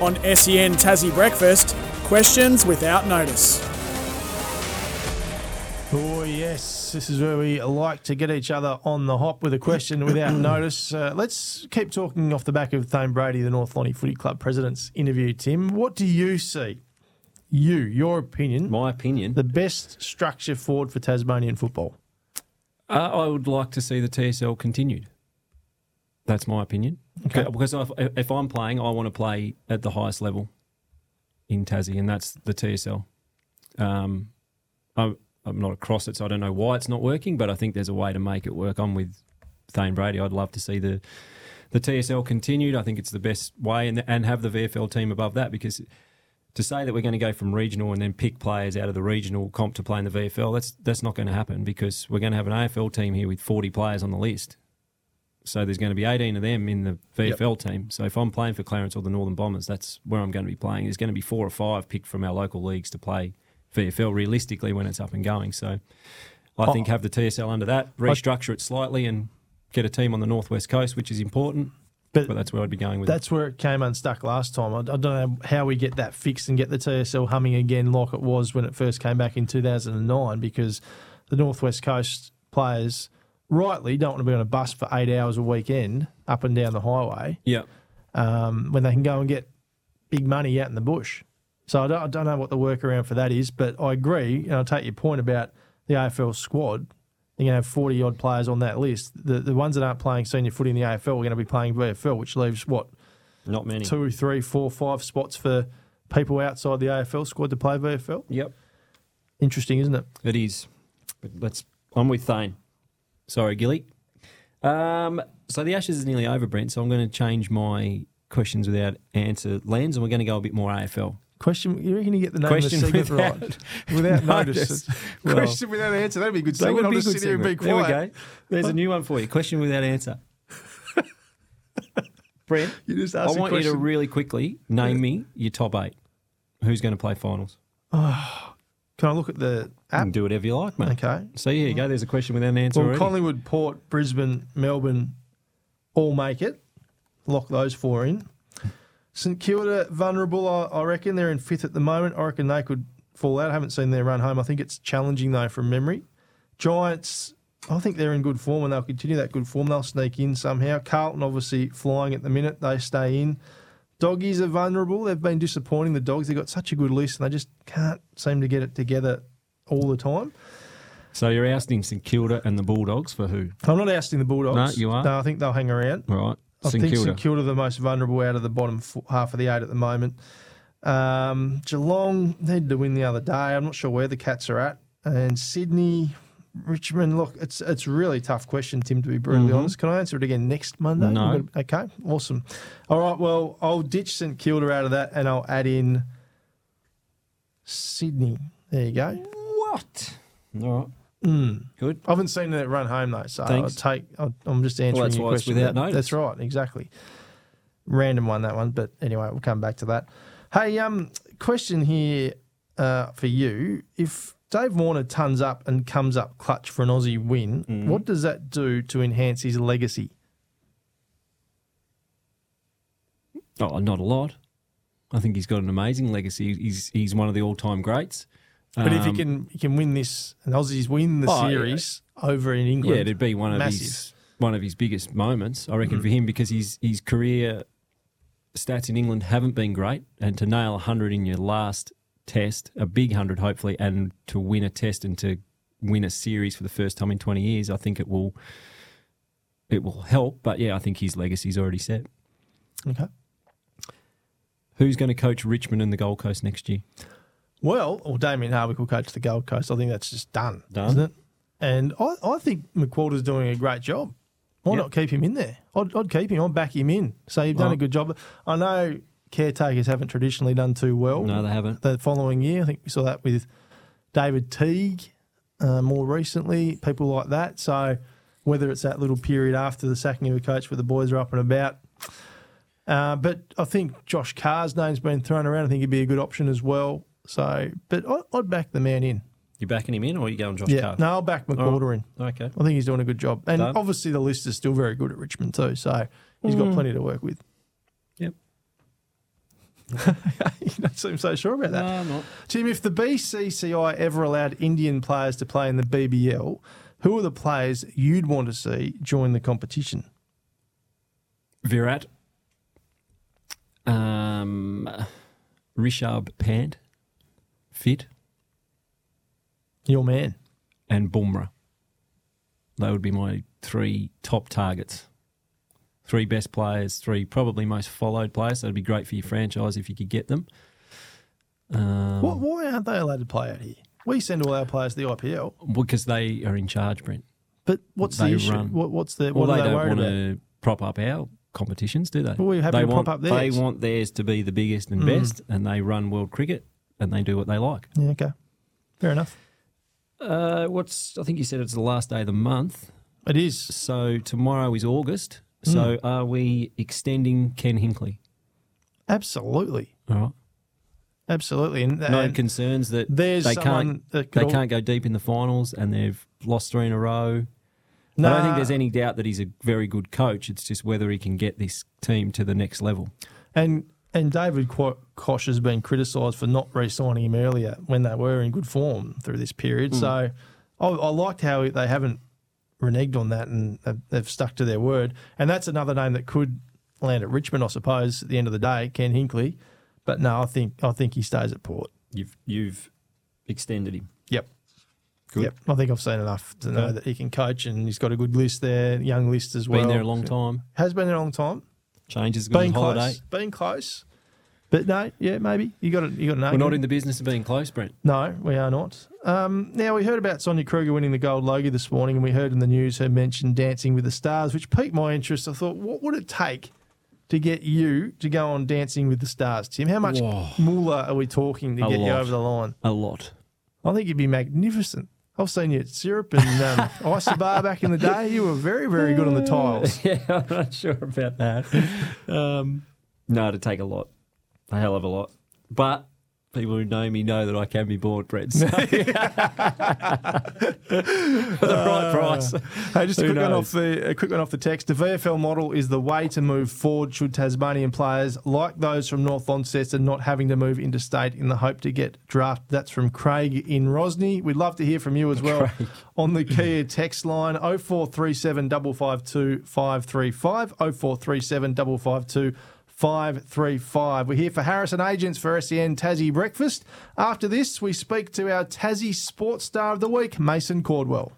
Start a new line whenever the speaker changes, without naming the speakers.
On SEN Tassie Breakfast, questions without notice.
Oh, yes. This is where we like to get each other on the hop with a question without notice. Uh, let's keep talking off the back of Thane Brady, the North Lonnie Footy Club president's interview, Tim. What do you see? You, your opinion,
My opinion.
the best structure forward for Tasmanian football.
Uh, I would like to see the TSL continued. That's my opinion. Uh,
Okay.
Because if, if I'm playing, I want to play at the highest level in Tassie, and that's the TSL. Um, I'm, I'm not across it, so I don't know why it's not working, but I think there's a way to make it work. I'm with Thane Brady. I'd love to see the the TSL continued. I think it's the best way, and, and have the VFL team above that because to say that we're going to go from regional and then pick players out of the regional comp to play in the VFL, that's that's not going to happen because we're going to have an AFL team here with 40 players on the list. So there's going to be 18 of them in the VFL team. So if I'm playing for Clarence or the Northern Bombers, that's where I'm going to be playing. There's going to be four or five picked from our local leagues to play VFL realistically when it's up and going. So I think have the TSL under that, restructure it slightly, and get a team on the northwest coast, which is important.
But
But that's where I'd be going with it.
that's where it came unstuck last time. I, I don't know how we get that fixed and get the TSL humming again like it was when it first came back in 2009 because the Northwest Coast players rightly don't want to be on a bus for eight hours a weekend up and down the highway
Yeah.
um, when they can go and get big money out in the bush. So I don't, I don't know what the workaround for that is, but I agree, and I take your point about the AFL squad. They're going to have 40 odd players on that list. The, the ones that aren't playing senior footy in the AFL are going to be playing VFL, which leaves what,
Not many.
two, three, four, five spots for people outside the AFL squad to play VFL.
Yep.
Interesting, isn't it?
It is. But let's. I'm with Thane. Sorry, Gilly. Um, so the Ashes is nearly over, Brent. So I'm going to change my questions without answer lens, and we're going to go a bit more AFL.
Question: You reckon you get the name
Question
of the segment
without-
right without notice?
notice. Well,
Question without answer. That'd be a good segment. I'll just sit here and be
There we
quiet.
go. There's a new one for you. Question without answer. Brent,
You just
I
ask a
want you to
question.
really quickly name me your top eight. Who's going to play finals?
Can I look at the
You
app?
can do whatever you like, mate.
Okay.
So here you go. There's a question without an answer.
Well,
already.
Collingwood, Port, Brisbane, Melbourne, all make it. Lock those four in. St Kilda, vulnerable. I, I reckon they're in fifth at the moment. I reckon they could fall out. I haven't seen their run home. I think it's challenging though from memory. Giants, I think they're in good form and they'll continue that good form. They'll sneak in somehow. Carlton obviously flying at the minute. They stay in. Doggies are vulnerable. They've been disappointing the dogs. They've got such a good list and they just can't seem to get it together all the time.
so you're ousting St Kilda and the Bulldogs for who?
I'm not ousting the Bulldogs.
No, you are.
No, I think they'll hang around.
All right.
I
St
think
Kilda.
St Kilda are the most vulnerable out of the bottom f- half of the eight at the moment. Um, Geelong they had to win the other day. I'm not sure where the Cats are at. And Sydney, Richmond. Look, it's it's a really tough question, Tim. To be brutally honest, can I answer it again next Monday?
Mm-hmm. No.
We've got- Okay. Awesome. All right. Well, I'll ditch St Kilda out of that, and I'll add in Sydney. There you go.
What? All right.
Hmm.
Good.
I haven't seen that run home though, so I'll
Thanks.
take. I'll, I'm just answering
that's
your
why it's
question.
without
That-
notice.
That's right, exactly. Random one that one, but anyway, we'll come back to that. Hey, um, question here uh, for you: If Dave Warner tons up and comes up clutch for an Aussie win,
Mm.
what does that do to enhance his legacy?
Oh, not a lot. I think he's got an amazing legacy. He's he's one of the all time greats.
But if he
Um,
can, he can win this, and Aussies win the
Oh, yeah.
series over in
yeah,
England.
it'd be one of
Massive.
his one of his biggest moments, I reckon, for him because his his career stats in England haven't been great, and to nail hundred in your last test, a big hundred hopefully, and to win a test and to win a series for the first time in twenty years, I think it will it will help. But yeah, I think his legacy's already set.
okay.
Who's going to coach Richmond and the Gold Coast next year?
Well, or Damien Harwick will coach the Gold Coast. I think that's just done,
Done.
isn't it? And I, I think McWhorter's doing a great job. Why
Yep.
not keep him in there? I'd, I'd keep him. I'd back him in. So you've done a
Right.
good job. I know caretakers haven't traditionally done too well.
No, they haven't.
The following year, I think we saw that with David Teague uh, more recently, people like that. So whether it's that little period after the sacking of a coach where the boys are up and about, uh, but I think Josh Carr's name's been thrown around. I think he'd be a good option as well. So, but I, I'd back the man in.
You backing him in, or you going Josh
Yeah,
Carr?
no, I'll back McWhorter in.
Okay.
I think he's doing a good job, and
Done.
obviously the list is still very good at Richmond too. So he's got plenty to work with.
Yep.
you don't seem so sure about that.
No, I'm not.
Jim, if the BCCI ever allowed Indian players to play in the BBL, who are the players you'd want to see join the competition?
Virat. Um, Rishabh Pant. Fit.
Your man.
and Bumrah. They would be my three top targets. Three best players, three probably most followed players. That'd be great for your franchise if you could get them. Um,
Why- why aren't they allowed to play out here? We send all our players to the IPL,
Because they are in charge, Brent.
but what's
They
the issue?
run.
What, what's the what
Well, they
are they
don't
worried
want
about?
to prop up our competitions, do they?
Well, we're happy
they
to
want,
prop up
They
theirs. Mm.
want theirs to be the biggest and best, and they run world cricket and they do what they like.
Yeah, okay, fair enough.
Uh, what's I think you said it's the last day of the month.
It is.
So tomorrow is August.
Hmm.
So are we extending Ken Hinkley?
Absolutely,
All right.
absolutely. And,
no
and
concerns that
there's
they
someone
can't
that could
they
al-
can't go deep in the finals and they've lost three in a row. I
Nah.
don't think there's any doubt that he's a very good coach. It's just whether he can get this team to the next level.
And and David Qu- Kosh has been criticised for not re-signing him earlier when they were in good form through this period.
Hmm.
So I, I liked how they haven't reneged on that and they've, they've stuck to their word. And that's another name that could land at Richmond, I suppose. At the end of the day, Ken Hinkley. But no, I think I think he stays at Port.
You've you've extended him.
Yep.
Good.
Yep. I think I've seen enough to know
Okay.
that he can coach and he's got a good list there, young list as well.
Been there a long time.
Has been there a long time.
Change is a good
Been close.
holiday.
Been close. But no, yeah, maybe you got it. You got an
We're
argument.
not in the business of being close, Brent.
No, we are not. Um, now, we heard about Sonia Kruger winning the gold logie this morning, and we heard in the news her mention Dancing with the Stars, which piqued my interest. I thought, what would it take to get you to go on Dancing with the Stars, Tim? How much
Whoa.
moolah are we talking to
A
get you
lot.
over the line?
A lot.
I think you'd be magnificent. I've seen you at Syrup and um, Ice Bar back in the day. You were very, very good on the tiles.
yeah, I'm not sure about that. Um, no, it'd take a lot, a hell of a lot. But
People who know me know that I can be bored, Brent. So. For the
Uh,
right price.
Oh. Hey, just a
Who
quick, one
knows?
off the, a quick one off the text. The VFL model is the way to move forward should Tasmanian players like those from North Launceston not having to move interstate in the hope to get drafted. That's from Craig in Rosny. We'd love to hear from you as well on the Kia text line 0437 552 535 0437 552 535. We're here for Harrison Agents for SEN Tassie Breakfast. After this, we speak to our Tassie Sports Star of the Week, Mason Cordwell.